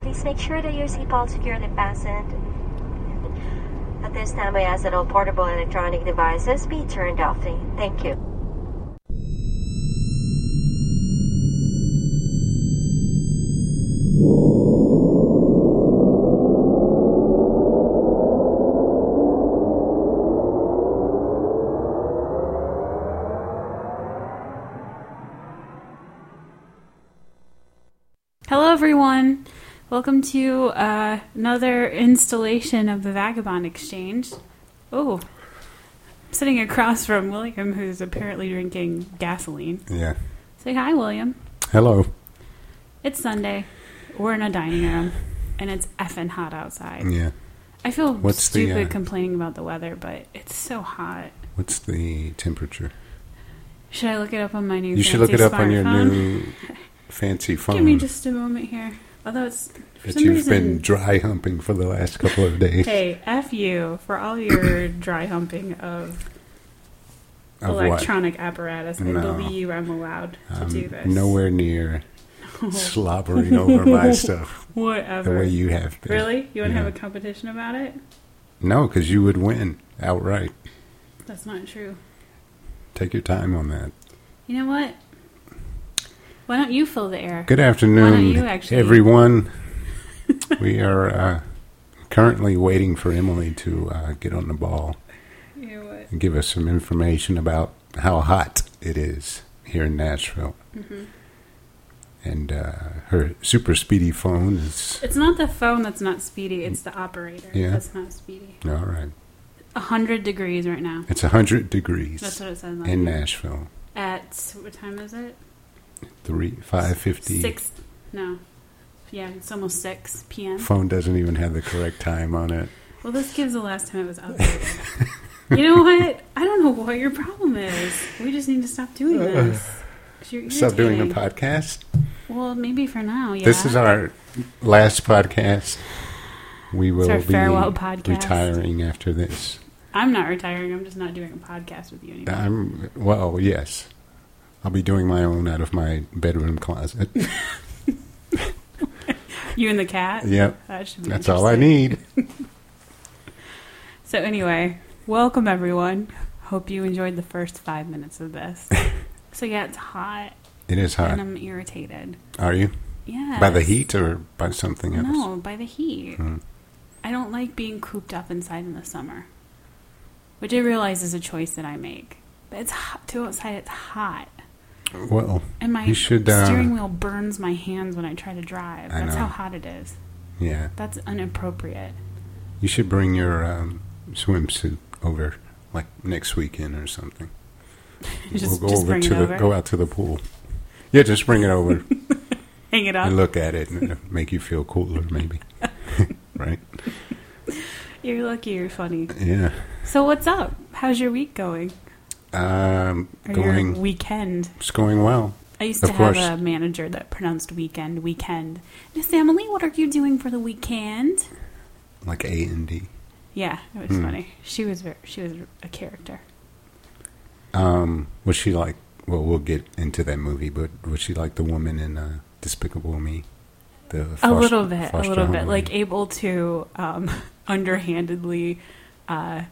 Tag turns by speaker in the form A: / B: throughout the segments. A: please make sure that your seatbelt securely fastened. At this time, I ask that all portable electronic devices be turned off. Thank you.
B: Hello, everyone. Welcome to uh, another installation of the Vagabond Exchange. Oh, I'm sitting across from William, who's apparently drinking gasoline.
C: Yeah.
B: Say hi, William.
C: Hello.
B: It's Sunday. We're in a dining room, and it's effing hot outside.
C: Yeah.
B: I feel
C: What's the,
B: stupid
C: uh,
B: complaining about the weather, but it's so hot.
C: What's the temperature?
B: Should I look it up on my new?
C: You
B: fancy
C: should look it up on your
B: smartphone?
C: new fancy phone.
B: Give me just a moment here. Although it's for
C: that
B: some
C: you've
B: reason,
C: been dry humping for the last couple of days
B: Hey, F you for all your dry humping of,
C: of
B: electronic apparatus. I
C: No. Um,
B: believe I'm allowed
C: what?
B: to do this.
C: nowhere near slobbering over my stuff the
B: Whatever.
C: way you have been.
B: really? You want to
C: Yeah.
B: have a competition about it?
C: No, because you would win outright.
B: That's not true.
C: Take your time on that.
B: You know what? Why don't you fill the air?
C: Good afternoon,
B: you actually-
C: everyone. we are uh, currently waiting for Emily to uh, get on the ball.
B: You know what?
C: and give us some information about how hot it is here in Nashville.
B: Mm-hmm.
C: And uh, her super speedy phone is
B: It's not the phone that's not speedy. It's the operator
C: Yeah.
B: that's not speedy.
C: all right.
B: A hundred degrees right now.
C: It's hundred degrees
B: That's what it says. on
C: in
B: here.
C: Nashville.
B: At what time is it?
C: Three five fifty.
B: Six. No. Yeah, it's almost six p.m.
C: Phone doesn't even have the correct time on it.
B: Well, this gives the last time it was updated. you know what? I don't know what your problem is. We just need to stop doing this. 'Cause you're
C: Uh, Stop doing the
B: irritating.
C: podcast.
B: Well, maybe for now. Yeah.
C: This is our last podcast. We will
B: our
C: be
B: farewell podcast.
C: retiring after this.
B: I'm not retiring. I'm just not doing a podcast with you anymore.
C: I'm well, yes. I'll be doing my own out of my bedroom closet.
B: you and the cat.
C: yep.
B: That should be.
C: That's all I
B: interesting.
C: need.
B: So anyway, welcome everyone. Hope you enjoyed the first five minutes of this. so yeah, it's hot
C: It is
B: and
C: hot.
B: I'm irritated.
C: Are you?
B: Yeah.
C: By the heat or by something else?
B: No, by the heat.
C: Hmm.
B: I don't like being cooped up inside in the summer, which I realize is a choice that I make. But it's hot to outside. It's hot,
C: Well,
B: and my
C: You should, uh,
B: steering wheel burns my hands when I try to drive.
C: I
B: That's
C: know.
B: how hot it is.
C: yeah.
B: That's inappropriate.
C: You should bring your um, swimsuit over, like next weekend or something.
B: just just bring
C: to
B: it
C: the
B: over,
C: go out to the pool. Yeah, just bring it over
B: hang it up.
C: and look at it, and it'll make you feel cooler, maybe. right?
B: You're lucky. You're funny.
C: Yeah.
B: So what's up? How's your week going?
C: Um,
B: Or
C: going,
B: your weekend?
C: it's going well.
B: I used
C: Of
B: to have
C: course.
B: a manager that pronounced weekend weekend. Miss Emily, what are you doing for the weekend?
C: Like A and D.
B: Yeah, it was
C: Hmm.
B: funny. She was ver she was a character.
C: Um, was she like? Well, we'll get into that movie, but was she like the woman in uh, Despicable Me? The
B: a
C: Fos-
B: little bit, a
C: Foster
B: little bit,
C: Home
B: like
C: lady?
B: able to um, underhandedly, uh,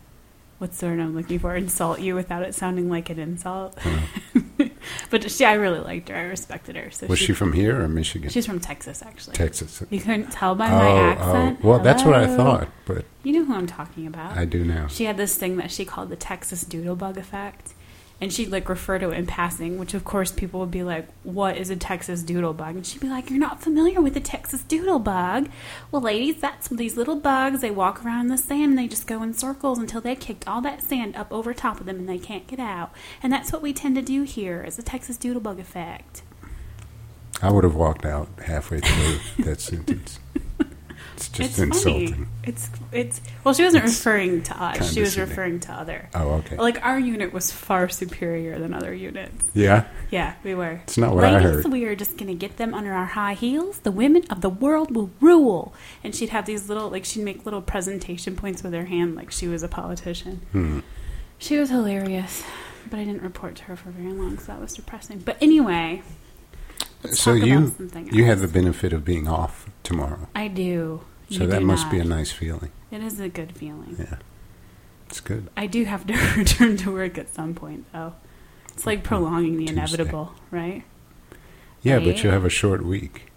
B: what's the word I'm looking for? Insult you without it sounding like an insult. but she, I really liked her. I respected her. So
C: was she, from here or Michigan?
B: She's from Texas, actually.
C: Texas. Oh,
B: You couldn't tell by my accent.
C: well, that's what I
B: Hello?
C: thought, but
B: You know who I'm talking about.
C: I do now.
B: She had this thing that she called the Texas Doodlebug effect. And she'd like refer to it in passing, which of course people would be like, What is a Texas doodlebug? And she'd be like, You're not familiar with the Texas doodlebug. Well, ladies, that's these little bugs. They walk around in the sand and they just go in circles until they kicked all that sand up over top of them and they can't get out. And that's what we tend to do here is the Texas doodlebug effect.
C: I would have walked out halfway through that sentence. It's just
B: it's
C: insulting.
B: funny. It's it's well, she wasn't
C: It's
B: referring to us. She was
C: condescending.
B: referring to other.
C: Oh, okay.
B: Like our unit was far superior than other units.
C: yeah,
B: Yeah, we were.
C: It's not what I
B: Ladies,
C: heard.
B: we are just going to get them under our high heels. The women of the world will rule. And she'd have these little, like, she'd make little presentation points with her hand, like she was a politician.
C: Hmm.
B: She was hilarious, but I didn't report to her for very long, so that was depressing. But anyway, Let's
C: so
B: talk
C: you
B: about something
C: you
B: else.
C: have the benefit of being off tomorrow,
B: I do.
C: so
B: You
C: that
B: do
C: must
B: not.
C: be a nice feeling.
B: It is a good feeling.
C: Yeah, it's good.
B: I do have to return to work at some point, though. It's
C: Hmm.
B: like prolonging the
C: Tuesday.
B: inevitable, right?
C: Yeah, but
B: Right?
C: you have a short week.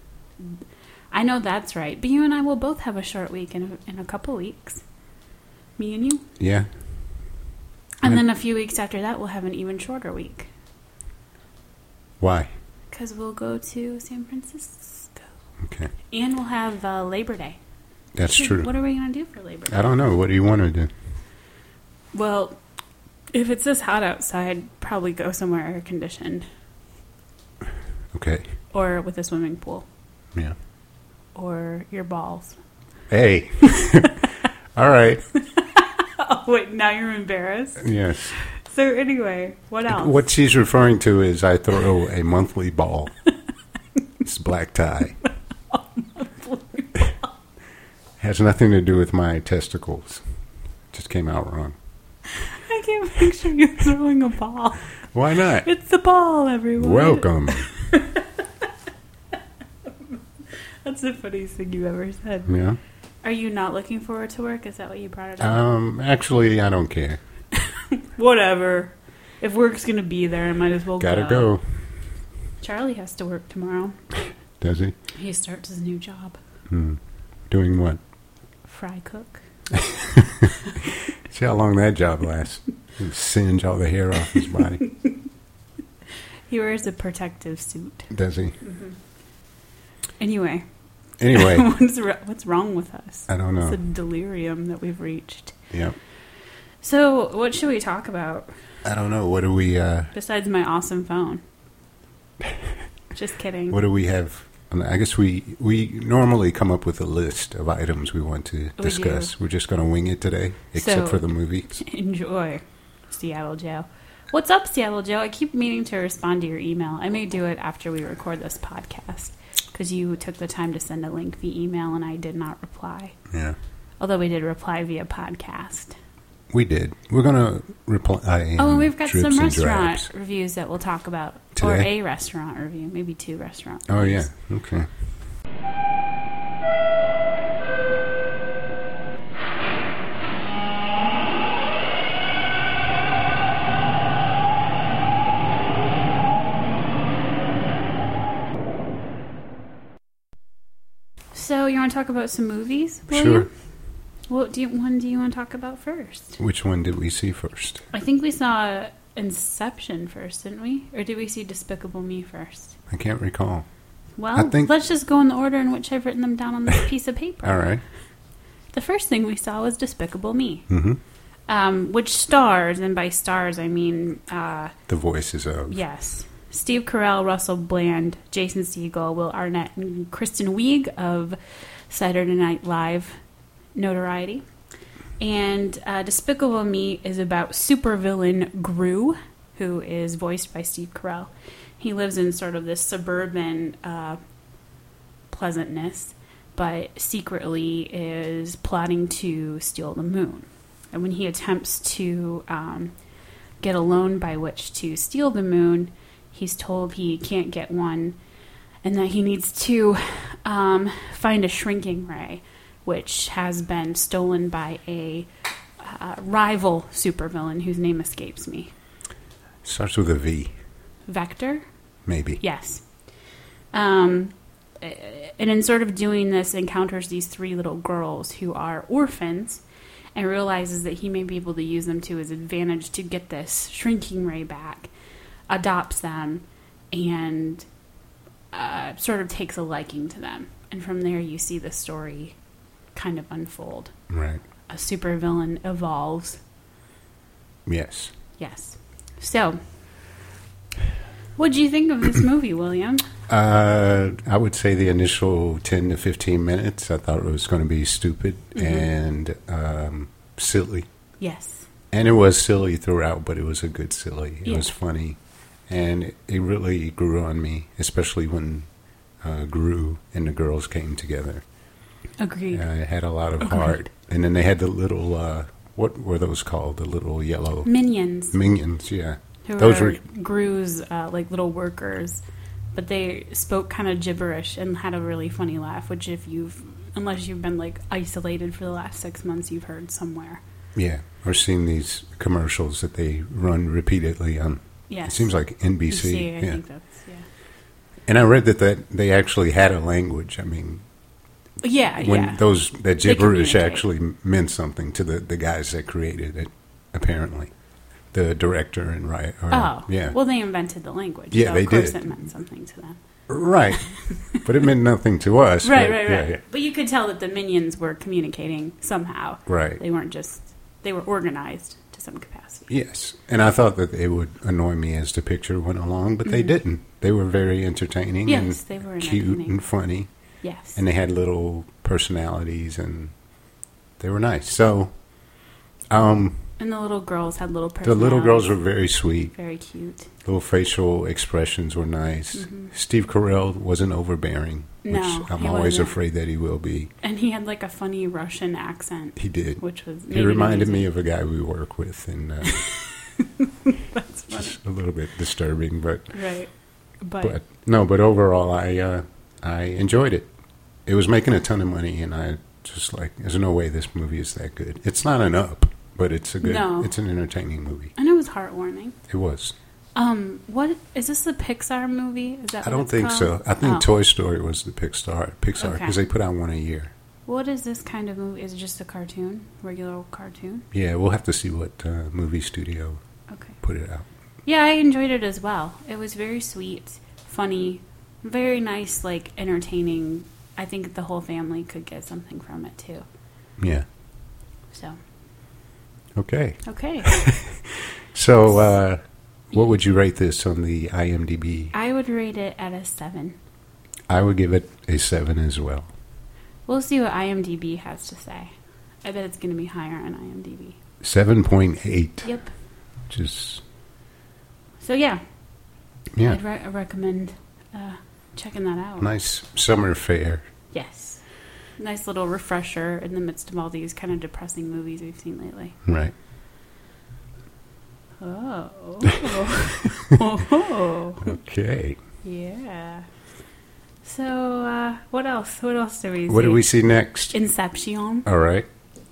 B: I know that's right, but you and I will both have a short week in a, in a couple weeks. Me and you.
C: Yeah,
B: And
C: Yeah.
B: then a few weeks after that, we'll have an even shorter week.
C: why?
B: Because we'll go to San Francisco.
C: Okay,
B: And we'll have uh, Labor Day.
C: that's
B: Dude,
C: true.
B: What are we going to do for Labor Day?
C: I don't know. What do you want to do?
B: Well, if it's this hot outside, probably go somewhere air conditioned
C: Okay,
B: or with a swimming pool
C: yeah.
B: or your balls.
C: Hey, all right.
B: Oh, wait, now you're embarrassed?
C: Yes.
B: So, anyway, what else?
C: What she's referring to is I throw a monthly ball. It's black tie. Has nothing to do with my testicles. Just came out wrong.
B: I can't picture you throwing a ball.
C: Why not?
B: It's the ball, everyone.
C: Welcome.
B: That's the funniest thing you ever said.
C: Yeah.
B: Are you not looking forward to work? Is that what you brought it up?
C: Um. Actually, I don't care. Uh,
B: Whatever. If work's going to be there, I might as well
C: Gotta go.
B: Charlie has to work tomorrow.
C: Does he?
B: He starts his new job.
C: Hmm. Doing what?
B: Fry cook.
C: See how long that job lasts. You singe all the hair off his body.
B: He wears a protective suit.
C: Does he?
B: Anyway,
C: Anyway.
B: what's, ro- what's wrong with us?
C: I don't
B: It's a
C: know.
B: delirium that we've reached.
C: Yep.
B: So, what should we talk about
C: I don't know. What do we? Uh,
B: besides my awesome phone? Just kidding.
C: What do we have? I mean, I guess we we normally come up with a list of items we want to
B: do.
C: discuss. We're just going to wing it today, except
B: So-
C: for the movie.
B: Enjoy, Seattle Joe. What's up, Seattle Joe? I keep meaning to respond to your email. I may do it after we record this podcast because you took the time to send a link via email and I did not reply.
C: Yeah,
B: Although we did reply via podcast.
C: we did. We're going to reply. in
B: Oh, and we've got
C: dribs
B: some
C: and
B: restaurant
C: drabs.
B: reviews that we'll talk about, or
C: Today?
B: a restaurant review, maybe two restaurant.
C: Oh yeah.
B: reviews.
C: Okay.
B: So you want to talk about some movies?
C: Sure.
B: William? What do you, one do you want to talk about first?
C: Which one did we see first?
B: I think we saw Inception first, didn't we? Or did we see Despicable Me first?
C: I can't recall.
B: Well,
C: I think-
B: let's just go in the order in which I've written them down on this piece of paper.
C: All right.
B: The first thing we saw was Despicable Me,
C: Mm-hmm.
B: um, which stars, and by stars I mean uh,
C: The voices of.
B: Yes. Steve Carell, Russell Bland, Jason Segel, Will Arnett, and Kristen Wiig of Saturday Night Live notoriety. And uh, Despicable Me is about supervillain Gru, who is voiced by Steve Carell. He lives in sort of this suburban uh, pleasantness, but secretly is plotting to steal the moon. And when he attempts to um, get a loan by which to steal the moon, he's told he can't get one and that he needs to um, find a shrinking ray, which has been stolen by a uh, rival supervillain whose name escapes me.
C: Starts with a V,
B: Vector?
C: maybe.
B: Yes. Um, uh, and in sort of doing this, encounters these three little girls who are orphans and realizes that he may be able to use them to his advantage to get this shrinking ray back, adopts them, and uh, sort of takes a liking to them. And from there, you see the story kind of unfold.
C: Right.
B: A supervillain evolves.
C: Yes.
B: Yes. So, what do you think of this movie, William?
C: Uh, I would say the initial 10 to 15 minutes, I thought it was going to be stupid
B: Mm-hmm.
C: and um, silly.
B: Yes.
C: And it was silly throughout, but it was a good silly. It
B: Yeah.
C: was funny. And it, it really grew on me, especially when uh, Gru and the girls came together.
B: Agreed.
C: Uh, it had a lot
B: Oh,
C: of heart. And then they had the little, uh, what were those called? The little yellow
B: Minions,
C: minions, yeah.
B: Mm-hmm. who
C: Those
B: are
C: were
B: Gru's uh, like little workers but they spoke kind of gibberish and had a really funny laugh, which if you've unless you've been like isolated for the last six months, you've heard somewhere.
C: Yeah, or seen these commercials that they run repeatedly on. It
B: Yes.
C: seems like
B: BC,
C: NBC.
B: I
C: yeah.
B: think that's yeah.
C: And I read that, that they actually had a language. I mean,
B: Yeah,
C: when
B: Uh, yeah.
C: those that gibberish
B: communicate.
C: actually meant something to the, the guys that created it, apparently, the director and right. Or,
B: oh,
C: uh, yeah,
B: Well, they invented the language.
C: Yeah,
B: so
C: they
B: of course
C: did.
B: It meant something to them.
C: right. but it meant nothing to us.
B: Right,
C: but-
B: right,
C: yeah,
B: right.
C: yeah.
B: But you could tell that the minions were communicating somehow.
C: Right.
B: They weren't just. They were organized to some capacity.
C: Yes, and I thought that it would annoy me as the picture went along, but they didn't. They were very entertaining
B: Mm. Yes, they
C: and
B: were
C: cute
B: entertaining.
C: and funny,
B: Yes.
C: and they had little personalities, and they were nice. So, um,
B: And the little girls had little
C: the
B: personalities.
C: little girls were very sweet.
B: very cute.
C: Little facial expressions were nice. Steve Carell wasn't overbearing, which
B: Mm-hmm. No,
C: I'm
B: he
C: always
B: wasn't.
C: afraid that he will be.
B: And he had like a funny Russian accent,
C: He did.
B: which was.
C: He reminded me of a guy we work with, and uh,
B: That's funny.
C: just a little bit disturbing, but
B: Right. But,
C: but no, but overall, I uh, I enjoyed it. It was making a ton of money, and I just like there's no way this movie is that good. It's not an up, but it's a good.
B: No.
C: It's an entertaining movie.
B: and it was heartwarming.
C: It was.
B: Um, what is this? The Pixar movie? Is that?
C: I
B: what
C: don't
B: it's
C: think so.
B: called?
C: I think
B: Oh.
C: Toy Story was the Pixar Pixar
B: Okay.
C: because they put out one a year.
B: What is this kind of movie? Is it just a cartoon? Regular old cartoon?
C: Yeah, we'll have to see what uh, movie studio
B: Okay.
C: put it out.
B: Yeah, I enjoyed it as well. It was very sweet, funny, very nice, like entertaining. I think the whole family could get something from it too.
C: Yeah.
B: So
C: Okay.
B: okay,
C: So, uh, what would you rate this on the IMDb?
B: I would rate it at a seven.
C: I would give it a seven as well.
B: We'll see what IMDb has to say. I bet it's going to be higher on IMDb.
C: Seven point eight.
B: Yep.
C: Just
B: So yeah,
C: yeah.
B: I'd re- recommend uh, checking that out.
C: Nice summer fair.
B: Yes. Nice little refresher in the midst of all these kind of depressing movies we've seen lately.
C: Right.
B: Oh. oh.
C: Okay.
B: Yeah. So, uh, what else? What else do we
C: What
B: see?
C: do we see next?
B: Inception
C: All right.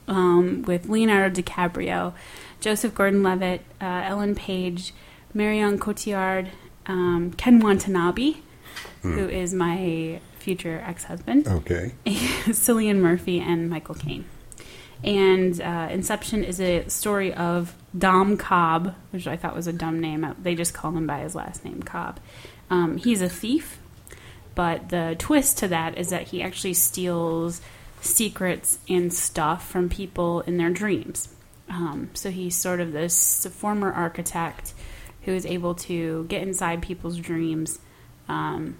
B: um, with Leonardo DiCaprio, Joseph Gordon Levitt, uh, Ellen Page, Marion Cotillard, um, Ken Watanabe, who is my future ex husband.
C: Okay.
B: Cillian Murphy and Michael Caine. And uh, Inception is a story of Dom Cobb, which I thought was a dumb name. They just call him by his last name, Cobb. Um, he's a thief, but the twist to that is that he actually steals secrets and stuff from people in their dreams. Um, so he's sort of this former architect who is able to get inside people's dreams um,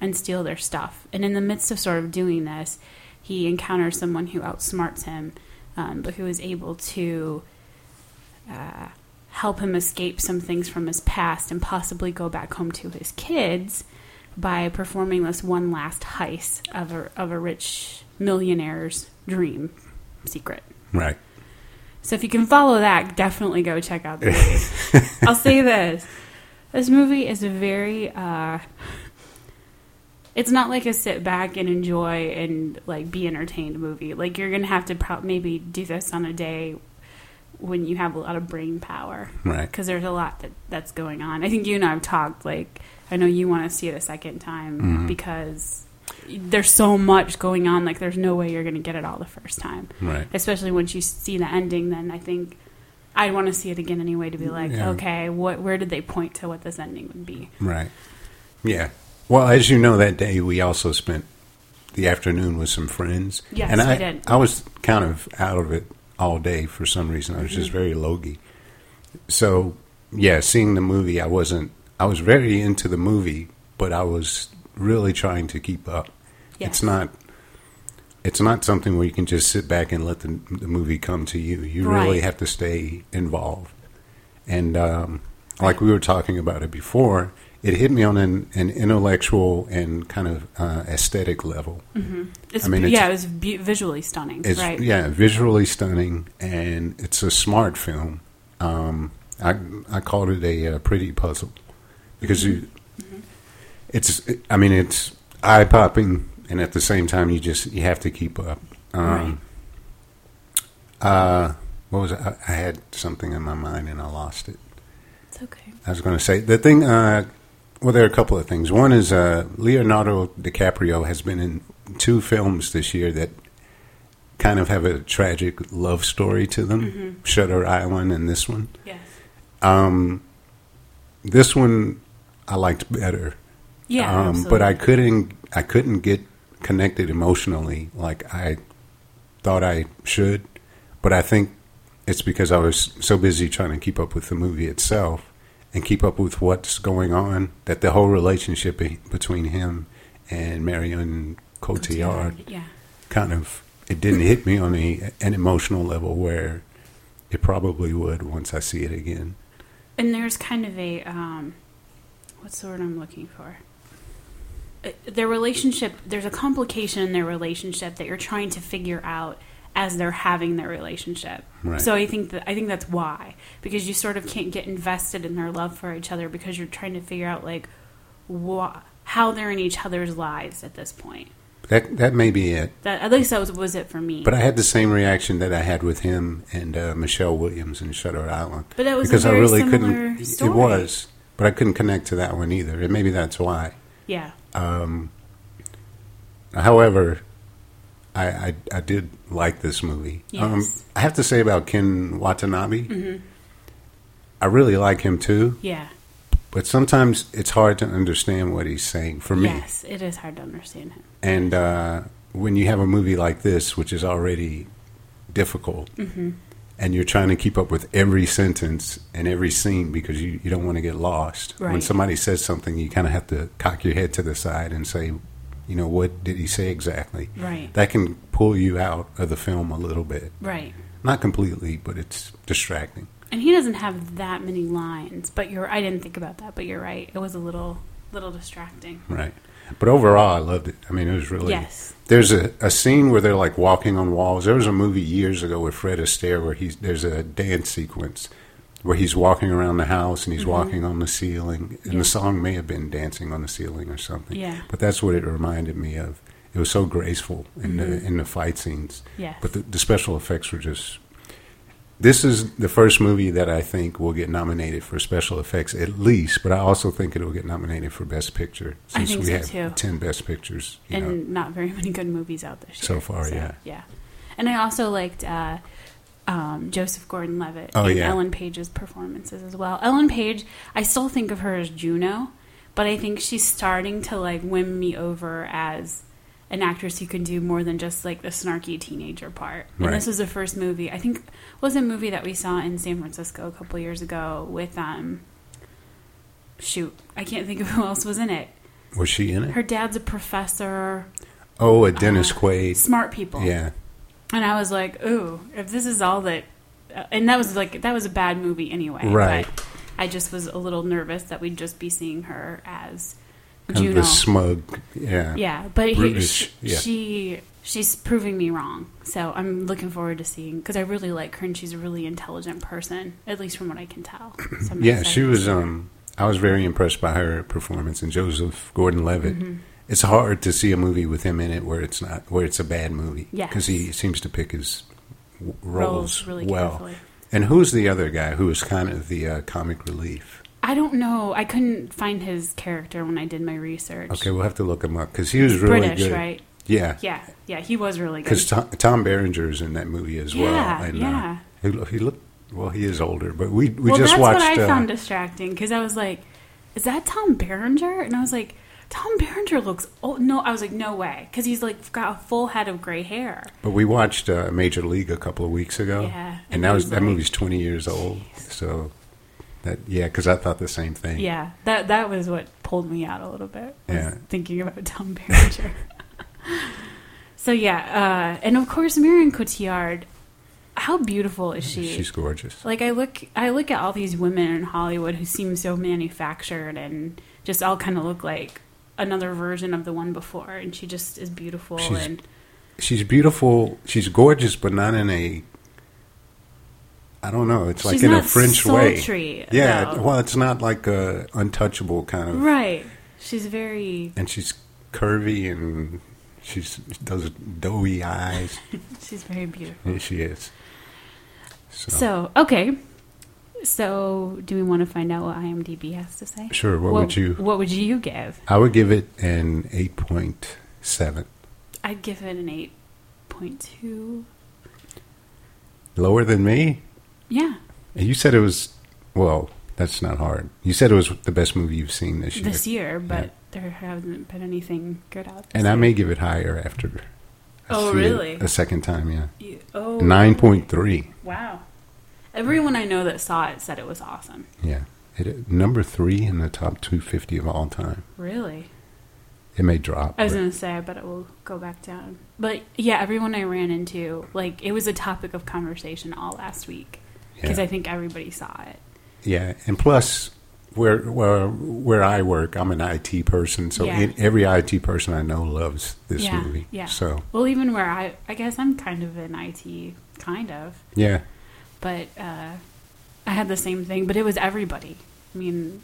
B: and steal their stuff. And in the midst of sort of doing this, he encounters someone who outsmarts him, um, but who is able to uh, help him escape some things from his past and possibly go back home to his kids by performing this one last heist of a, of a rich millionaire's dream secret.
C: Right.
B: So if you can follow that, definitely go check out the movie. I'll say this: this movie is very. Uh, it's not like a sit back and enjoy and like be entertained movie. Like you're gonna have to pro- maybe do this on a day when you have a lot of brain power
C: Right.
B: because there's a lot that that's going on. I think you and I have talked. Like I know you want to see it a second time
C: Mhm.
B: because there's so much going on. Like there's no way you're gonna get it all the first time
C: Right.
B: especially once you see the ending then i think i'd want to see it again anyway to be like
C: Yeah.
B: okay what where did they point to what this ending would be
C: Right. Yeah. Well, as you know, that day we also spent the afternoon with some friends.
B: Yes,
C: and
B: we
C: I,
B: did.
C: I was kind of out of it all day for some reason. I was
B: Mm-hmm.
C: just very logy. So, yeah, seeing the movie, I wasn't. I was very into the movie, but I was really trying to keep up.
B: Yes.
C: It's not. It's not something where you can just sit back and let the, the movie come to you. You really
B: Right.
C: have to stay involved. And um, like we were talking about it before, it hit me on an, an intellectual and kind of uh, aesthetic level.
B: it's,
C: I mean, it's-
B: yeah it was be- visually stunning
C: It's
B: right
C: yeah, visually stunning, and it's a smart film.
B: Mm-hmm.
C: Um, I I called it a, uh pretty puzzle because you It's, I mean, it's eye popping, and at the same time, you just you have to keep up. Um, uh, what was it? I, I had something in my mind and I lost it.
B: It's okay.
C: I was going to say the thing. Uh, well, there are a couple of things. One is uh, Leonardo DiCaprio has been in two films this year that kind of have a tragic love story to them: Shutter Island and this one.
B: Yes.
C: Um, this one I liked better,
B: Yeah.
C: um, but I
B: absolutely.
C: couldn't. I couldn't get connected emotionally like I thought I should. But I think it's because I was so busy trying to keep up with the movie itself and keep up with what's going on that the whole relationship be- between him and Marion Cotillard
B: Yeah.
C: kind of it didn't hit me on a, an emotional level where it probably would once I see it again.
B: And there's kind of a um, what's the word I'm looking for? Uh, Their relationship. There's a complication in their relationship that you're trying to figure out as they're having their relationship.
C: Right.
B: So I think that I think that's why because you sort of can't get invested in their love for each other because you're trying to figure out like wha- how they're in each other's lives at this point.
C: That that may be it.
B: That at least that was was it for me.
C: But I had the same reaction that I had with him and uh, Michelle Williams in Shutter Island.
B: But that was a
C: because I
B: very
C: really
B: similar
C: couldn't.
B: story.
C: It was, but I couldn't connect to that one either, and maybe that's why.
B: yeah.
C: Um, however, I, I I did like this movie. Um,
B: Yes. Mm-hmm.
C: I have to say about Ken Watanabe, I really like him too.
B: Yeah.
C: But sometimes it's hard to understand what he's saying for me.
B: Yes, it is hard to understand him.
C: And uh, when you have a movie like this, which is already difficult, and you're trying to keep up with every sentence and every scene because you, you don't want to get lost. When
B: Right.
C: somebody says something, you kind of have to cock your head to the side and say, you know, what did he say exactly?
B: Right.
C: That can pull you out of the film a little bit.
B: Right.
C: Not completely, but it's distracting.
B: And he doesn't have that many lines, but you're I didn't think about that, but you're right. It was a little little distracting.
C: Right. But overall, I loved it. I mean, it was really.
B: Yes.
C: There's a, a scene where they're like walking on walls. There was a movie years ago with Fred Astaire where he's there's a dance sequence where he's walking around the house and he's walking on the ceiling, and
B: Mm-hmm. Yeah.
C: the song may have been "Dancing on the Ceiling" or something.
B: Yeah.
C: But that's what it reminded me of. It was so graceful in the in the fight scenes.
B: Mm-hmm. Yes.
C: But the, the special effects were just. This is the first movie that I think will get nominated for special effects, at least. But I also think it will get nominated for Best Picture
B: I
C: since
B: think
C: we
B: so, too.
C: have ten Best Pictures. You
B: and
C: know.
B: not very many good movies out this
C: So
B: year.
C: far, yeah.
B: Yeah. And I also liked uh, um, Joseph Gordon-Levitt
C: Oh,
B: and
C: yeah.
B: Ellen Page's performances as well. Ellen Page, I still think of her as Juno, but I think she's starting to like win me over as an actress who can do more than just like the snarky teenager part.
C: Right.
B: And this was the first movie I think was a movie that we saw in San Francisco a couple years ago with um shoot, I can't think of who else was in it.
C: Was she in it?
B: Her dad's a professor.
C: oh, a
B: Uh,
C: Dennis Quaid.
B: Smart people.
C: Yeah,
B: And I was like, ooh, if this is all that, uh, and that was like that was a bad movie anyway.
C: Right.
B: But I just was a little nervous that we'd just be seeing her as
C: kind of
B: Juno.
C: the smug. Yeah,
B: yeah, but he,
C: British,
B: sh
C: yeah.
B: she she's proving me wrong. So I'm looking forward to seeing because I really like her and she's a really intelligent person, at least from what I can tell. So I'm
C: yeah.
B: excited
C: She
B: to
C: was.
B: see her.
C: Um, I was very impressed by her performance and Joseph Gordon-Levitt.
B: Mm-hmm.
C: It's hard to see a movie with him in it where it's not where it's a bad movie.
B: Yes.
C: because he seems to pick his w- roles,
B: Roles really
C: well.
B: carefully.
C: And who's the other guy who was kind of the uh, comic relief?
B: I don't know. I couldn't find his character when I did my research.
C: Okay, we'll have to look him up because he was really
B: British,
C: good.
B: right?
C: Yeah,
B: Yeah, yeah, he was really good.
C: Because Tom, Tom Berenger is in that movie as well.
B: Yeah,
C: And,
B: yeah.
C: Uh, he, lo- he looked well. He is older, but we we
B: well,
C: just
B: that's
C: watched.
B: what I
C: uh,
B: found distracting because I was like, "Is that Tom Berenger?" And I was like, "Tom Berenger looks oh no!" I was like, "No way," because he's like got a full head of gray hair.
C: But we watched uh, Major League a couple of weeks ago.
B: Yeah,
C: and
B: and
C: that
B: it
C: was,
B: was
C: that
B: like-
C: movie's twenty years old. So that yeah, because I thought the same thing.
B: Yeah, that that was what pulled me out a little bit. Was
C: Yeah.
B: thinking about Tom Berenger. so yeah, uh, and of course, Marion Cotillard. How beautiful is she?
C: she's gorgeous.
B: like I look I look at all these women in Hollywood who seem so manufactured and just all kind of look like another version of the one before and she just is beautiful
C: She's-
B: and
C: She's beautiful. She's gorgeous, but not in a. I don't know. It's like
B: She's
C: in a
B: not
C: French way.
B: sultry,
C: Yeah.
B: though.
C: Well, it's not like a untouchable kind of.
B: right She's very.
C: and she's curvy and she's those doughy eyes.
B: She's very beautiful.
C: Yeah, she is. So,
B: So okay. So do we want to find out what IMDb has to say?
C: sure. What, would you?
B: What would you give?
C: I would give it an eight point seven,
B: I'd give it an eight point two.
C: lower than me.
B: Yeah,
C: And You said it was. Well, that's not hard. You said it was the best movie you've seen this year.
B: this year, but
C: Yeah.
B: there hasn't been anything good out. This
C: and I
B: year.
C: may give it higher after. I
B: Oh,
C: see it
B: really?
C: A second time, yeah.
B: You- oh,
C: Nine point three.
B: Wow. Everyone I know that saw it said it was awesome.
C: Yeah, it number three in the top two fifty of all time.
B: Really?
C: It may drop.
B: I was
C: but-
B: going to say, I bet it will go back down. But yeah, everyone I ran into, like, it was a topic of conversation all last week because
C: yeah.
B: I think everybody saw it.
C: Yeah, and plus, where where where I work, I'm an IT person, so
B: Yeah.
C: in, every IT person I know loves this
B: yeah,
C: movie.
B: yeah.
C: So
B: well, even where I, I guess I'm kind of in IT, kind of,
C: yeah,
B: but uh, I had the same thing. But it was everybody. I mean,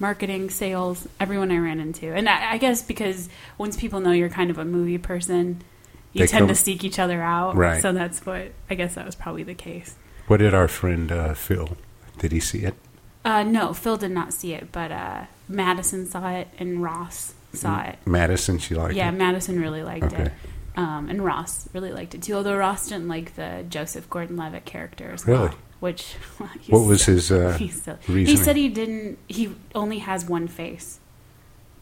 B: marketing, sales, everyone I ran into, and I, I guess because once people know you're kind of a movie person, you
C: They
B: tend
C: come-
B: to seek each other out.
C: Right.
B: So that's what I guess that was probably the case.
C: what did our friend uh, Phil? Did he see it?
B: Uh, no, Phil did not see it, but uh, Madison saw it and Ross saw it.
C: Madison, she liked
B: Yeah,
C: it.
B: Madison really liked it.
C: Mm-hmm. Okay.
B: Um, and Ross really liked it too, although Ross didn't like the Joseph Gordon Levitt character as
C: Really?
B: well. Which he's
C: What was his uh,
B: he's still, he
C: reasoning?
B: said he didn't he only has one face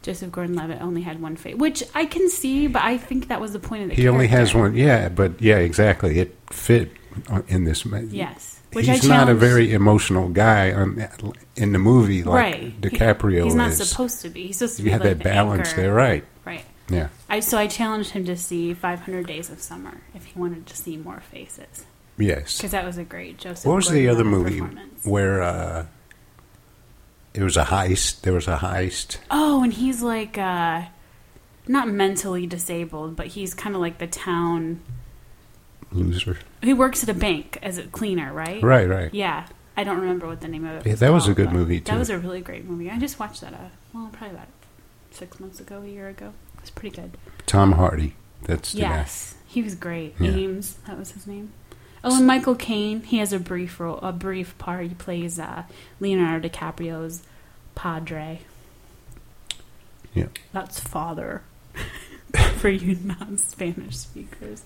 B: joseph gordon-levitt only had one face which i can see but i think that was the point of the
C: he only has
B: character.
C: one. Yeah, but yeah, exactly. It fit uh, in this. ma-
B: yes
C: he's not a
B: challenged-
C: very emotional guy on, in the movie like
B: right
C: DiCaprio
B: He- he's not
C: is.
B: supposed to be he's supposed to
C: you
B: be
C: have
B: like
C: that
B: the
C: balance
B: anchor.
C: there, right?
B: right
C: Yeah.
B: I, so i challenged him to see 500 days of summer if he wanted to see more faces
C: Yes.
B: because that was a great joseph
C: What was the other
B: Gordon-Levitt
C: movie
B: performance.
C: where uh, it was a heist? There was a heist.
B: Oh, and he's like uh not mentally disabled, but he's kind of like the town.
C: Loser.
B: He works at a bank as a cleaner, right?
C: Right, right.
B: Yeah, I don't remember what the name of it.
C: Yeah, that was a
B: called,
C: good
B: but
C: movie,
B: That
C: too.
B: was a really great movie. I just watched that. Uh, well, probably about six months ago, a year ago. It was pretty good.
C: Tom Hardy. That's the
B: Yes, he was great.
C: Yeah.
B: Ames, that was his name. Oh, and Michael Caine. He has a brief role, a brief part. He plays uh, Leonardo DiCaprio's padre.
C: Yeah.
B: that's father for you non-Spanish speakers.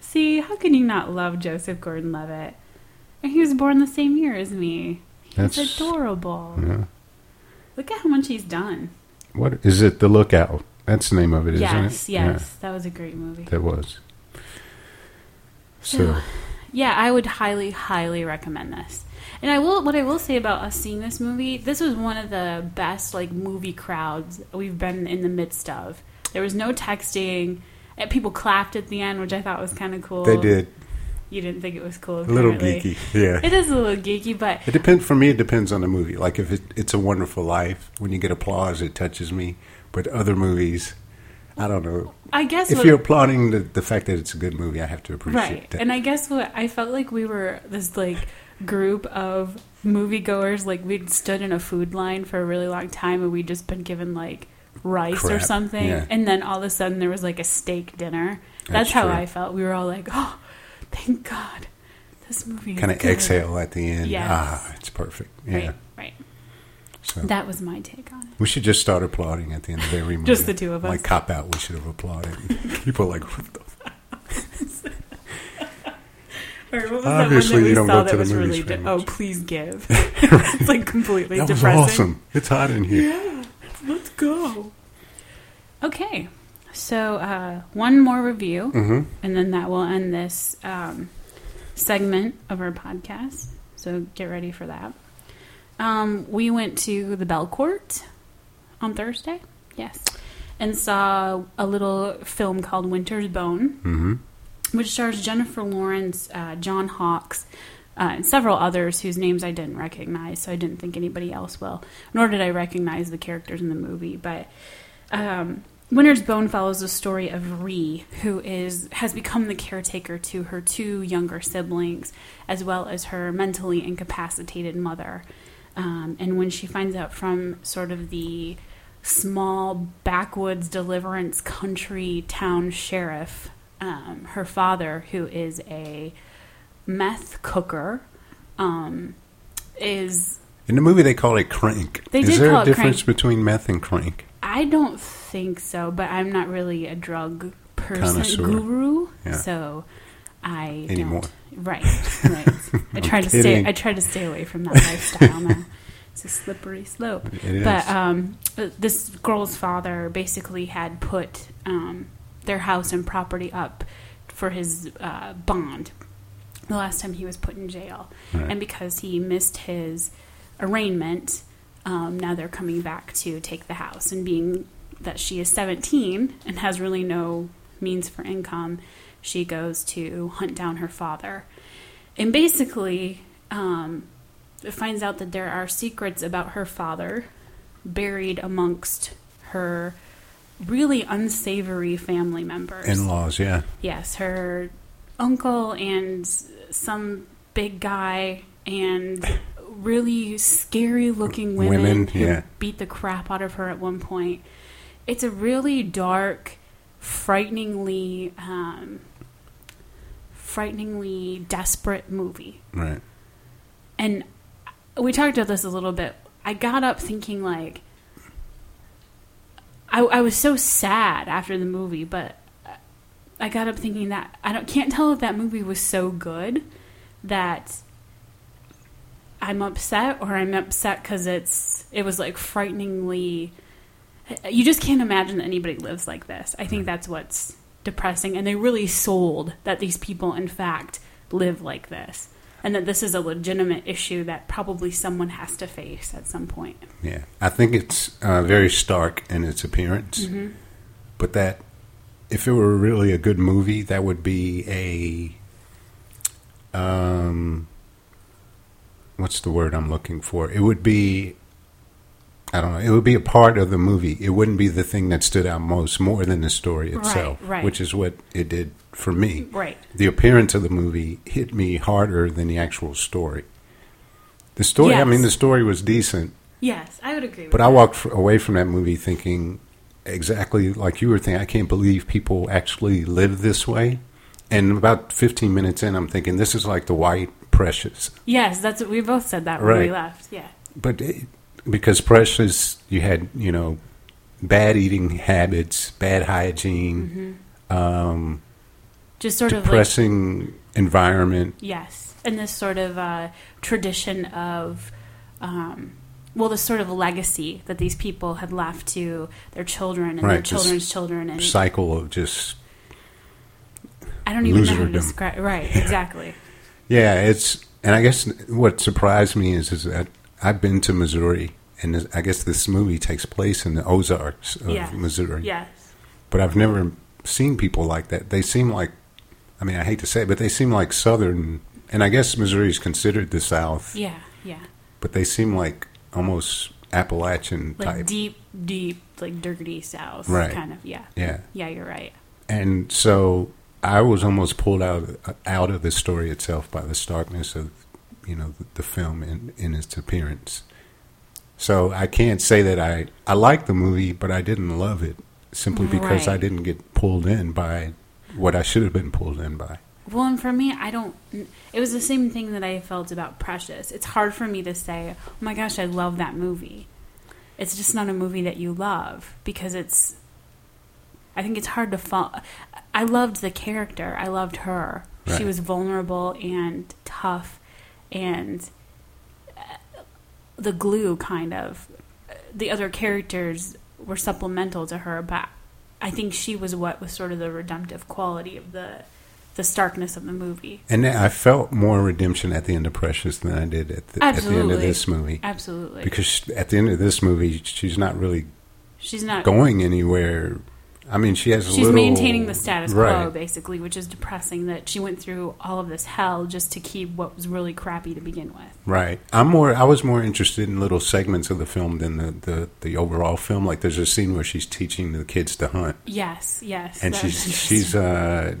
B: See, how can you not love Joseph Gordon-Levitt? And he was born the same year as me. He's
C: That's- mm.
B: adorable.
C: guy. Yeah.
B: Look at how much he's done.
C: What is it? The Lookout. That's the name of it, isn't
B: yes,
C: it?
B: yes, that was a great movie.
C: Yeah, that was. So,
B: Yeah, I would highly, highly recommend this. And I will, what I will say about us seeing this movie, this was one of the best like movie crowds we've been in the midst of. There was no texting. and People clapped at the end, which I thought was kind of cool.
C: they did.
B: You didn't think it was cool.
C: A little
B: apparently.
C: geeky. Yeah.
B: It is a little geeky, but
C: It depends for me. It depends on the movie. Like if it, it's a Wonderful Life, when you get applause, it touches me. But other movies, I don't know.
B: I guess
C: If
B: what-
C: you're applauding the, the fact that it's a good movie, I have to appreciate
B: right.
C: that.
B: And I guess what I felt like we were this like group of moviegoers. Like we'd stood in a food line for a really long time, and we'd just been given like rice or
C: Crap,
B: something,
C: yeah.
B: and then all of a sudden there was like a steak dinner. That's,
C: That's
B: how
C: true.
B: I felt. We were all like, "Oh, thank God, this movie." is
C: kind of
B: good."
C: exhale at the end.
B: Yes.
C: Ah, it's perfect. Yeah.
B: Right, right.
C: So
B: That was my take on it.
C: we should just start applauding at the end of every movie.
B: Just the two of us.
C: Like cop out, we should have applauded. People are like what the f-
B: Or what was
C: Obviously, you
B: that
C: don't
B: one that we saw
C: go
B: that
C: to the
B: was
C: movies
B: really
C: very
B: de- oh
C: much.
B: please give it's like completely
C: that was
B: depressing
C: awesome. It's hot in here.
B: let's go okay so uh, one more review
C: Mm-hmm.
B: and then that will end this um, segment of our podcast so get ready for that um, we went to the bell court on thursday yes and saw a little film called winter's bone
C: Mm-hmm.
B: which stars Jennifer Lawrence, uh, John Hawkes, uh, and several others whose names I didn't recognize, so I didn't think anybody else will. Nor did I recognize the characters in the movie. But um, Winter's Bone follows the story of Ree, who is has become the caretaker to her two younger siblings, as well as her mentally incapacitated mother. Um, and when she finds out from sort of the small backwoods deliverance country town sheriff. Um, her father, who is a meth cooker, um, is
C: In the movie, they call it crank.
B: They
C: Is
B: did
C: there
B: call
C: a
B: it
C: difference
B: crank.
C: between meth and crank?
B: I don't think so, but I'm not really a drug person
C: Connoisseur.
B: guru,
C: Yeah.
B: so I
C: Anymore.
B: Don't. Right, right. I try to stay.
C: kidding.
B: I try to stay away from that lifestyle now. It's a slippery slope.
C: It
B: But
C: is.
B: um, this girl's father basically had put um, their house and property up for his uh, bond the last time he was put in jail.
C: Right.
B: And because he missed his arraignment, um, now they're coming back to take the house. And being that she is 17 and has really no means for income, she goes to hunt down her father. And basically, um, it finds out that there are secrets about her father buried amongst her really unsavory family members.
C: In laws, yeah.
B: Yes, her uncle and some big guy and really scary looking women,
C: Women,
B: who
C: yeah.
B: beat the crap out of her at one point. It's a really dark, frighteningly, um, frighteningly desperate movie.
C: Right.
B: And we talked about this a little bit. I got up thinking like I, I was so sad after the movie, but I got up thinking that I don't can't tell if that movie was so good that I'm upset or I'm upset because it's it was like frighteningly. You just can't imagine that anybody lives like this. I think that's what's depressing, and they really sold that these people, in fact, live like this, and that this is a legitimate issue that probably someone has to face at some point.
C: Yeah. I think it's uh, very stark in its appearance.
B: Mm-hmm.
C: But that, if it were really a good movie, that would be a. Um, what's the word I'm looking for? It would be. I don't know. It would be a part of the movie. It wouldn't be the thing that stood out most, more than the story
B: Right,
C: itself,
B: right.
C: which is what it did for me.
B: Right.
C: the appearance of the movie hit me harder than the actual story. The story, I
B: Yes.
C: mean, the story was decent,
B: Yes, I would agree. With
C: but I
B: that.
C: walked f- away from that movie thinking exactly like you were thinking. I can't believe people actually live this way. And about 15 minutes in, I'm thinking this is like the white Precious,
B: Yes, that's what we both said that when we
C: Right.
B: left. Yeah.
C: but it, because Precious, you had you know bad eating habits, bad hygiene, um,
B: Just sort Mm-hmm. of like
C: depressing environment.
B: Yes, and this sort of uh, tradition of, um, well, this sort of legacy that these people had left to their children and their
C: Right, this
B: children's children, and
C: Cycle of just
B: I don't even know how to
C: loserdom.
B: describe. Right, exactly.
C: Yeah, it's and I guess what surprised me is is that I've been to Missouri, and this, I guess this movie takes place in the Ozarks of
B: Yeah.
C: Missouri.
B: Yes,
C: But I've never seen people like that. They seem like, I mean, I hate to say, it, but they seem like Southern, and I guess Missouri is considered the South,
B: yeah, yeah,
C: but they seem like almost Appalachian
B: like
C: type.
B: deep, deep, like dirty south,
C: Right.
B: kind of. Yeah,
C: Yeah,
B: yeah, you're right.
C: and so I was almost pulled out out of the story itself by the starkness of you know the, the film in, in its appearance. So I can't say that I I liked the movie, but I didn't love it simply because I
B: Right.
C: didn't get pulled in by what I should have been pulled in by.
B: Well, and for me, I don't. It was the same thing that I felt about Precious. It's hard for me to say, "Oh my gosh, I love that movie." It's just not a movie that you love because it's. I think it's hard to fall. I loved the character. I loved her. She
C: Right.
B: was vulnerable and tough, and uh, the glue kind of. The other characters were supplemental to her, but I think she was what was sort of the redemptive quality of the the starkness of the movie.
C: And I felt more redemption at the end of Precious than I did at the, at the end of
B: Absolutely.
C: this movie
B: Absolutely,
C: because she- at the end of this movie she's not really
B: she's not.
C: going anywhere. I mean, she has a
B: she's
C: little
B: maintaining the status quo,
C: right.
B: basically, which is depressing. That she went through all of this hell just to keep what was really crappy to begin with.
C: Right. I'm more. I was more interested in little segments of the film than the the, the overall film. Like there's a scene where she's teaching the kids to hunt,
B: Yes, yes.
C: and
B: that was
C: she's
B: interesting.
C: she's uh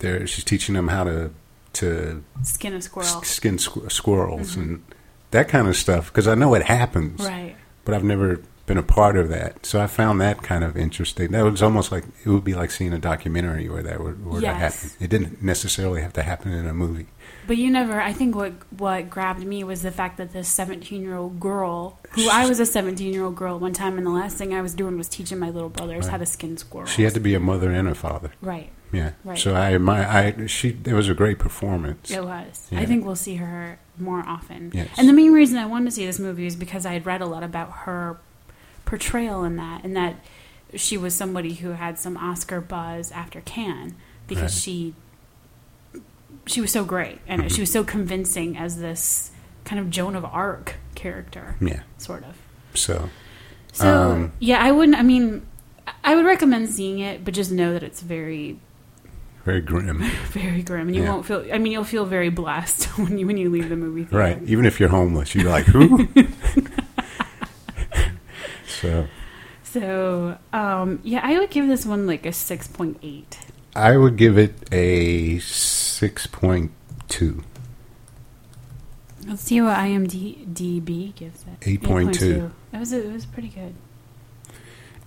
C: there she's teaching them how to to
B: skin a squirrel, Mm-hmm.
C: s- skin squ- squirrels and that kind of stuff because I know it happens,
B: right?
C: but I've never been a part of that. So I found that kind of interesting. That was almost like it would be like seeing a documentary where that would, were to
B: Yes.
C: happen. It didn't necessarily have to happen in a movie.
B: But you never. I think what what grabbed me was the fact that this seventeen year old girl, who I was a seventeen year old girl one time, and the last thing I was doing was teaching my little brothers how to
C: Right.
B: skin squirrels.
C: She had to be a mother and a father.
B: right.
C: Yeah.
B: Right.
C: So I my I she it was a great performance.
B: It was. I
C: Yeah.
B: think we'll see her more often.
C: Yes.
B: And the main reason I wanted to see this movie is because I had read a lot about her portrayal in that, and that she was somebody who had some Oscar buzz after Cannes because
C: Right. Mm-hmm.
B: she she was so great and she was so convincing as this kind of Joan of Arc character,
C: Yeah.
B: sort of.
C: So
B: So
C: Um,
B: yeah, I wouldn't. I mean, I would recommend seeing it, but just know that it's very
C: very grim.
B: very grim, and you
C: Yeah.
B: won't feel. I mean, you'll feel very blessed when you when you leave the movie theater.
C: Right. Even if you're homeless, you're like, who? so
B: So, um, yeah, I would give this one like a six point eight.
C: I would give it a 6.2.
B: Let's see what IMDb gives it.
C: 8.2.
B: That was it. Was pretty good.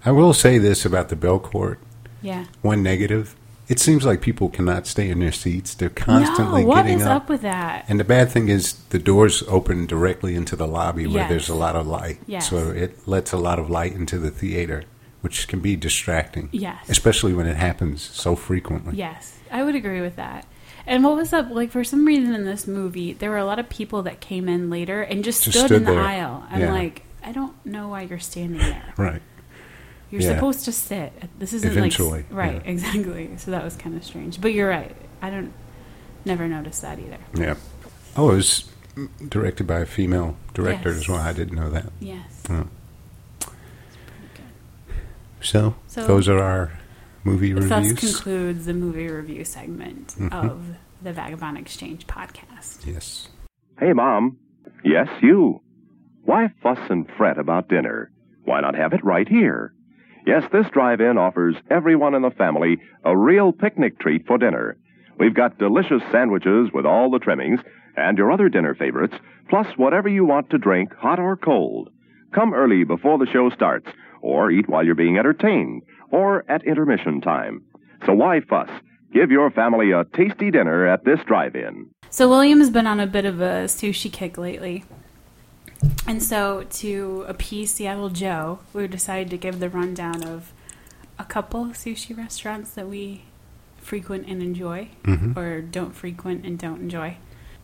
C: I will say this about the Bell Court.
B: Yeah.
C: One negative. It seems like people cannot stay in their seats. They're constantly
B: no, what
C: getting
B: is
C: up.
B: up with that?
C: And the bad thing is the doors open directly into the lobby where
B: Yes.
C: there's a lot of light.
B: Yes.
C: So it lets a lot of light into the theater, which can be distracting.
B: Yes.
C: Especially when it happens so frequently.
B: Yes, I would agree with that. And what was up? Like for some reason in this movie, there were a lot of people that came in later and just,
C: Just
B: stood,
C: stood
B: in the
C: there.
B: aisle. I'm
C: Yeah.
B: like, I don't know why you're standing there.
C: Right.
B: You're
C: Yeah.
B: supposed to sit. This isn't
C: Eventually,
B: like right,
C: yeah.
B: exactly. So that was kind of strange. But you're right. I don't never noticed that either.
C: Yeah. Oh, it was directed by a female director
B: Yes.
C: as well. I didn't know that.
B: Yes.
C: Yeah.
B: Pretty good.
C: So,
B: So-
C: those are our movie
B: Thus
C: reviews.
B: concludes the movie review segment
C: Mhm.
B: of the Vagabond Exchange podcast.
C: yes.
D: Hey, Mom. Yes, you. Why fuss and fret about dinner? Why not have it right here? Yes, this drive in offers everyone in the family a real picnic treat for dinner. We've got delicious sandwiches with all the trimmings and your other dinner favorites, plus whatever you want to drink, hot or cold. Come early before the show starts, or eat while you're being entertained, or at intermission time. So why fuss? Give your family a tasty dinner at this drive in.
B: So William's been on a bit of a sushi kick lately. And so to appease Seattle Joe, we decided to give the rundown of a couple of sushi restaurants that we frequent and enjoy
C: Mm-hmm.
B: or don't frequent and don't enjoy.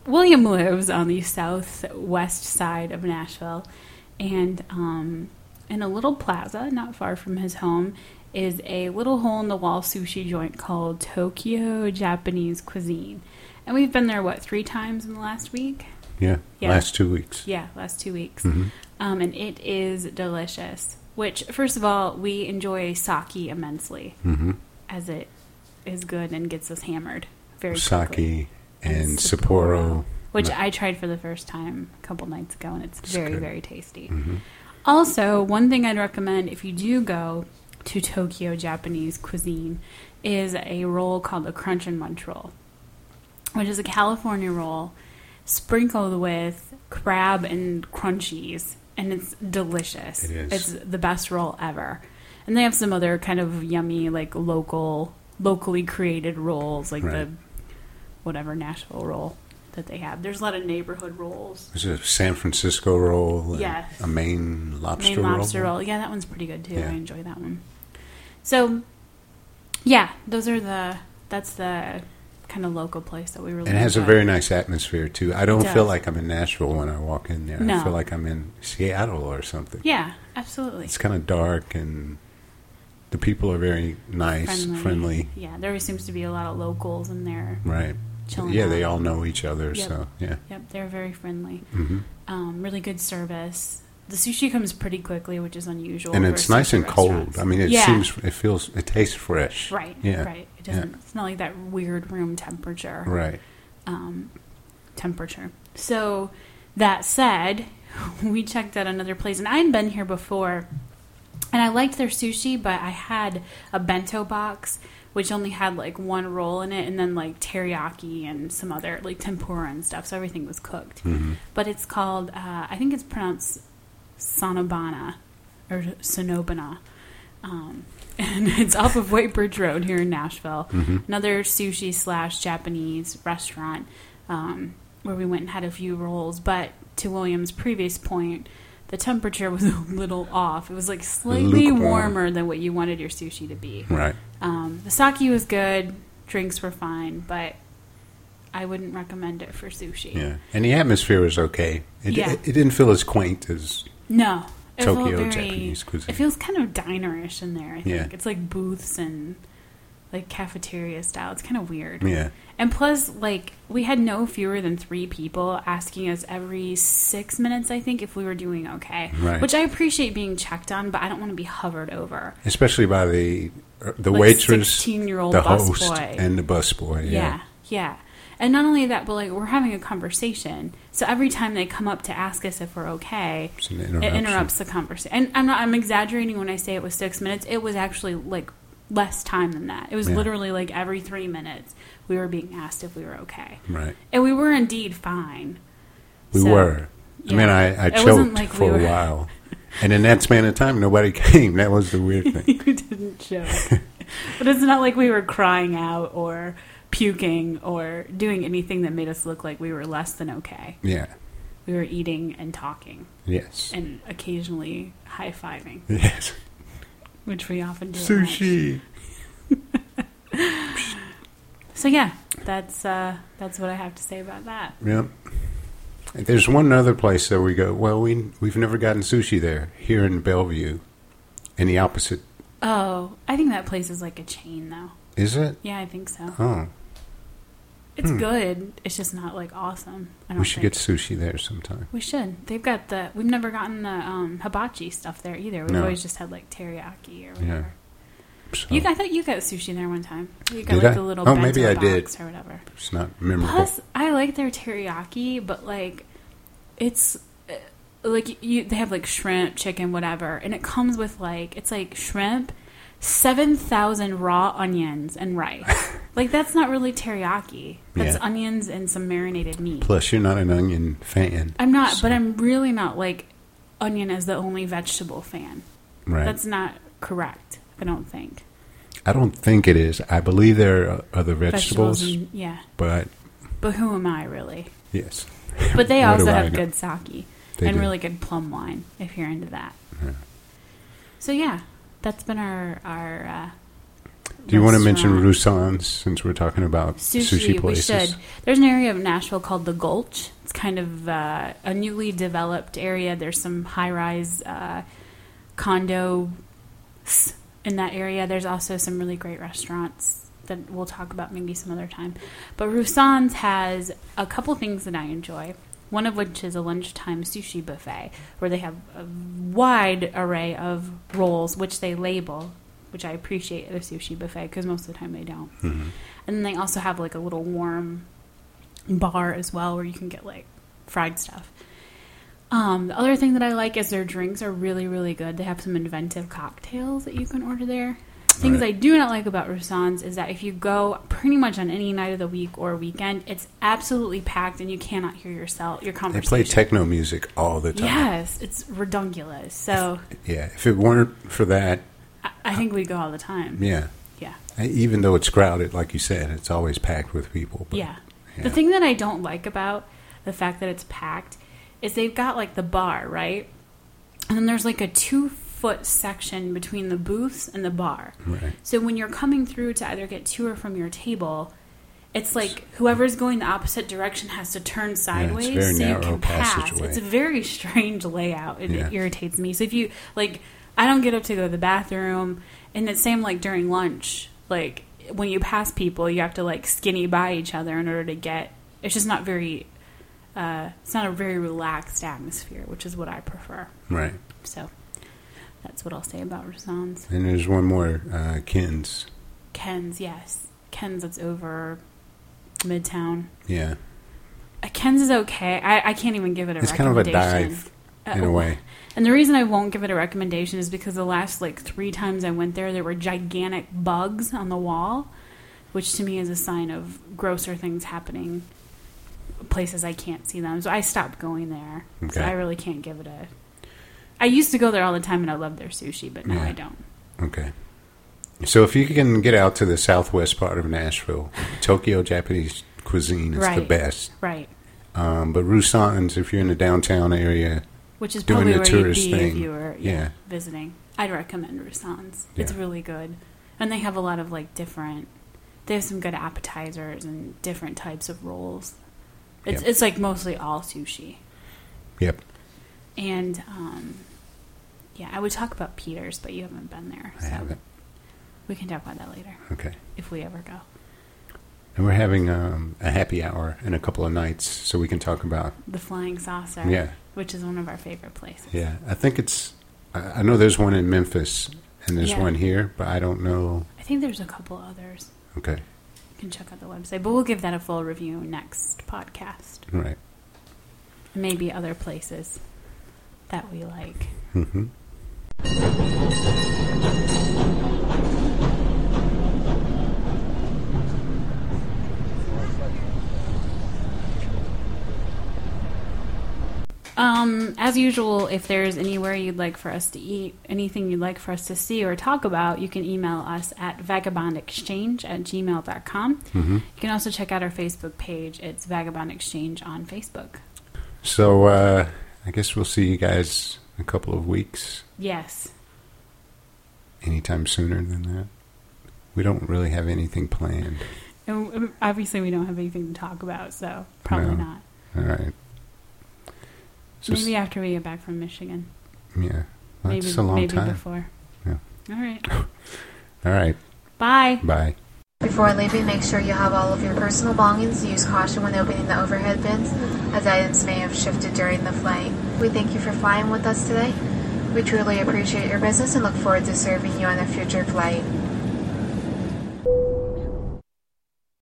B: William lives on the southwest side of Nashville and um, in a little plaza not far from his home is a little hole in the wall sushi joint called Tokyo Japanese Cuisine. And we've been there what three times in the last week?
C: Yeah.
B: Yeah.
C: Last two weeks.
B: Yeah, last two weeks. Um, and it is delicious. Which, first of all, we enjoy sake immensely, as it is good and gets us hammered very quickly.
C: Saki and Sapporo.
B: which I tried for the first time a couple nights ago, and it's, very,
C: good. Mm-hmm.
B: very tasty. Also, one thing I'd recommend if you do go to Tokyo Japanese cuisine is a roll called the Crunch and Munch roll, which is a California roll sprinkled with crab and crunchies, and it's delicious.
C: It is.
B: It's the best roll ever. And they have some other kind of yummy, like local, locally created rolls, like
C: Right.
B: the whatever Nashville roll that they have. There's a lot of neighborhood rolls.
C: There's a San Francisco roll. and
B: Yes.
C: A Maine lobster
B: Maine lobster
C: roll.
B: roll. Yeah, that one's pretty good too.
C: Yeah.
B: I enjoy that one. So, yeah, those are the. That's the kind of local place that we really.
C: And it has a
B: enjoy.
C: very nice atmosphere, too. I don't
B: It
C: feel
B: does.
C: like I'm in Nashville when I walk in there.
B: No.
C: I feel like I'm in Seattle or something.
B: Yeah, absolutely.
C: It's kind of dark, and the people are very nice, friendly.
B: Yeah, there seems to be a lot of locals in there.
C: Right.
B: Chilling
C: yeah,
B: out.
C: they all know each other,
B: Yep.
C: so yeah.
B: Yep, they're very friendly.
C: Mm-hmm.
B: Um, really good service. The sushi comes pretty quickly, which is unusual.
C: and
B: for
C: it's nice
B: sushi
C: and cold.
B: restaurants.
C: I mean, it
B: Yeah.
C: seems, it feels, it tastes fresh.
B: right.
C: Yeah.
B: Right. It
C: Yeah.
B: doesn't. It's not like that weird room temperature.
C: Right.
B: temperature. So, that said, we checked out another place, and I had been here before, and I liked their sushi, but I had a bento box which only had like one roll in it, and then like teriyaki and some other like tempura and stuff. So everything
C: Mm-hmm.
B: was cooked. But it's called, uh, I think it's pronounced Sanobana. or Sonobina. Um, and it's off of White Bridge Road here in Nashville.
C: Mm-hmm.
B: Another sushi slash Japanese restaurant um, where we went and had a few rolls. But to William's previous point, the temperature was a little off. It was like slightly
C: Lukewarm.
B: warmer than what you wanted your sushi to be.
C: Right.
B: Um, the sake was good, drinks were fine, but I wouldn't recommend it for sushi.
C: Yeah. And the atmosphere was okay. It,
B: Yeah.
C: it, it didn't feel as quaint as
B: No. It felt
C: Tokyo Japanese cuisine.
B: It feels kind of dinerish in there, I think.
C: Yeah.
B: It's like booths and like cafeteria style. It's kind of weird.
C: yeah.
B: And plus, like, we had no fewer than three people asking us every six minutes, I think, if we were doing okay.
C: Right.
B: Which I appreciate being checked on, but I don't want to be hovered over.
C: Especially by the uh, the
B: Like
C: waitress,
B: 16-year-old
C: the
B: busboy.
C: host, and the busboy.
B: Yeah.
C: Yeah.
B: yeah. And not only that, but like we're having a conversation. So every time they come up to ask us if we're okay,
C: It's an
B: it
C: interruption.
B: interrupts the conversation. And I'm not I'm exaggerating when I say it was 6 minutes. It was actually like less time than that. It was
C: Yeah.
B: literally like every 3 minutes we were being asked if we were okay.
C: Right.
B: And we were indeed fine.
C: We
B: So,
C: were. I mean,
B: yeah.
C: I, I
B: It wasn't
C: choked
B: like we
C: for
B: were-
C: a while. And in that span of time, nobody came. That was the weird thing.
B: you didn't joke. but it's not like we were crying out or puking or doing anything that made us look like we were less than okay.
C: Yeah.
B: We were eating and talking.
C: Yes.
B: and occasionally high fiving,
C: Yes.
B: which we often do. at lunch.
C: Sushi.
B: So yeah, that's uh, that's what I have to say about that.
C: Yep. There's one other place that we go. Well, we we've never gotten sushi there here in Bellevue, in the opposite.
B: Oh, I think that place is like a chain though.
C: Is it?
B: Yeah, I think so.
C: Oh,
B: It's good. It's just not like awesome. I don't
C: Hmm. we should
B: think.
C: get sushi there sometime.
B: We should. They've got the. We've never gotten the um, hibachi stuff there either. We've
C: No.
B: always just had like teriyaki or whatever.
C: So
B: You, I thought you got sushi there one time. You got
C: Did
B: like
C: I?
B: the little
C: Oh,
B: bento
C: maybe I
B: box or whatever.
C: it's not memorable.
B: Plus, I like their teriyaki, but like, it's uh, like you they have like shrimp, chicken, whatever, and it comes with like it's like shrimp, seven thousand raw onions and rice. like that's not really teriyaki. That's
C: Yeah.
B: onions and some marinated meat.
C: Plus, you're not an onion fan.
B: I'm not,
C: So-
B: but I'm really not like onion as the only vegetable fan.
C: right.
B: That's not correct. I don't think
C: I don't think it is. I believe there are other vegetables,
B: and, yeah.
C: but
B: But who am I really?
C: yes.
B: But they
C: What do
B: also
C: I
B: have
C: know?
B: good sake
C: They
B: and
C: do.
B: really good plum wine if you're into that. So yeah, that's been our our. Uh,
C: Do you want to mention
B: restaurant.
C: Rusan's since we're talking about sushi,
B: sushi?
C: places?
B: We should. There's an area of Nashville called the Gulch. It's kind of uh, a newly developed area. There's some high rise uh, condo in that area. There's also some really great restaurants that we'll talk about maybe some other time. But Rusan's has a couple things that I enjoy. One of which is a lunchtime sushi buffet where they have a wide array of rolls, which they label, which I appreciate at a sushi buffet because most of the time they don't.
C: Mm-hmm.
B: And then they also have like a little warm bar as well where you can get like fried stuff. Um, the other thing that I like is their drinks are really, really good. They have some inventive cocktails that you can order there. Things
C: Right.
B: I do not like about Roussan's is that if you go pretty much on any night of the week or weekend, it's absolutely packed and you cannot hear yourself your
C: They
B: conversation.
C: play techno music all the time.
B: Yes, it's redundulous. So
C: Yeah. If it weren't for that,
B: I, I think we go all the time.
C: yeah.
B: Yeah.
C: Even though it's crowded, like you said, it's always packed with people. But
B: Yeah.
C: Yeah.
B: The thing that I don't like about the fact that it's packed is they've got like the bar, right? And then there's like a two foot section between the booths and the bar.
C: Right.
B: So when you're coming through to either get to or from your table, it's like whoever's going the opposite direction has to turn sideways
C: very
B: so you
C: narrow
B: can pass.
C: passageway.
B: It's a very strange layout. It,
C: Yeah.
B: it irritates me. So if you like, I don't get up to go to the bathroom, and it's same like during lunch. Like when you pass people, you have to like skinny by each other in order to get. It's just not very. Uh, it's not a very relaxed atmosphere, which is what I prefer.
C: Right.
B: So that's what I'll say about Rassans.
C: And there's one more, uh, Ken's.
B: Ken's, yes, Ken's. It's over Midtown.
C: Yeah.
B: Uh, Ken's is okay. I, I can't even give it a
C: It's kind of a
B: recommendation.
C: dive in a
B: Uh,
C: way.
B: And the reason I won't give it a recommendation is because the last like three times I went there, there were gigantic bugs on the wall, which to me is a sign of grosser things happening places I can't see them. So I stopped going there. So
C: Okay.
B: I really can't give it a I used to go there all the time and I loved their sushi, but now
C: Yeah.
B: I don't.
C: Okay. So if you can get out to the southwest part of Nashville, Tokyo Japanese cuisine is the
B: Right.
C: best.
B: Right.
C: Um, but Rusan's, if you're in the downtown area,
B: Which is
C: Doing
B: probably
C: the
B: where
C: tourist
B: you'd be if
C: thing.
B: you were yeah,
C: Yeah.
B: visiting. I'd recommend Rusan's. It's
C: Yeah.
B: really good. And they have a lot of like different they have some good appetizers and different types of rolls. It's
C: Yep.
B: it's like mostly all sushi.
C: yep.
B: And um yeah, I would talk about Peters, but you haven't been there.
C: I have it.
B: We can talk about that later
C: Okay.
B: if we ever go.
C: And we're having um, a happy hour in a couple of nights, so we can talk about.
B: The Flying Saucer,
C: Yeah.
B: which is one of our favorite places.
C: Yeah, I think it's. I I know there's one in Memphis and there's
B: Yeah.
C: one here, but I don't know.
B: I think there's a couple others.
C: Okay,
B: You can check out the website, but we'll give that a full review next podcast.
C: all right.
B: Maybe other places that we like.
C: hmm
B: Um, as usual, if there's anywhere you'd like for us to eat, anything you'd like for us to see or talk about, you can email us at vagabondexchange at gmail.com. You can also check out our Facebook page. It's Vagabond Exchange on Facebook.
C: So uh, I guess we'll see you guys in a couple of weeks.
B: Yes.
C: Anytime sooner than that. We don't really have anything planned.
B: And um, obviously, we don't have anything to talk about, so probably
C: No.
B: not.
C: All right. So s-
B: maybe after we get back from Michigan.
C: yeah. Well,
B: maybe
C: that's a long
B: maybe
C: time.
B: before.
C: Yeah.
B: All right.
C: All right.
B: Bye.
C: Bye.
E: Before leaving, make sure you have all of your personal belongings. Use caution when opening the overhead bins, as items may have shifted during the flight. We thank you for flying with us today. We truly appreciate your business and look forward to serving you on a future flight.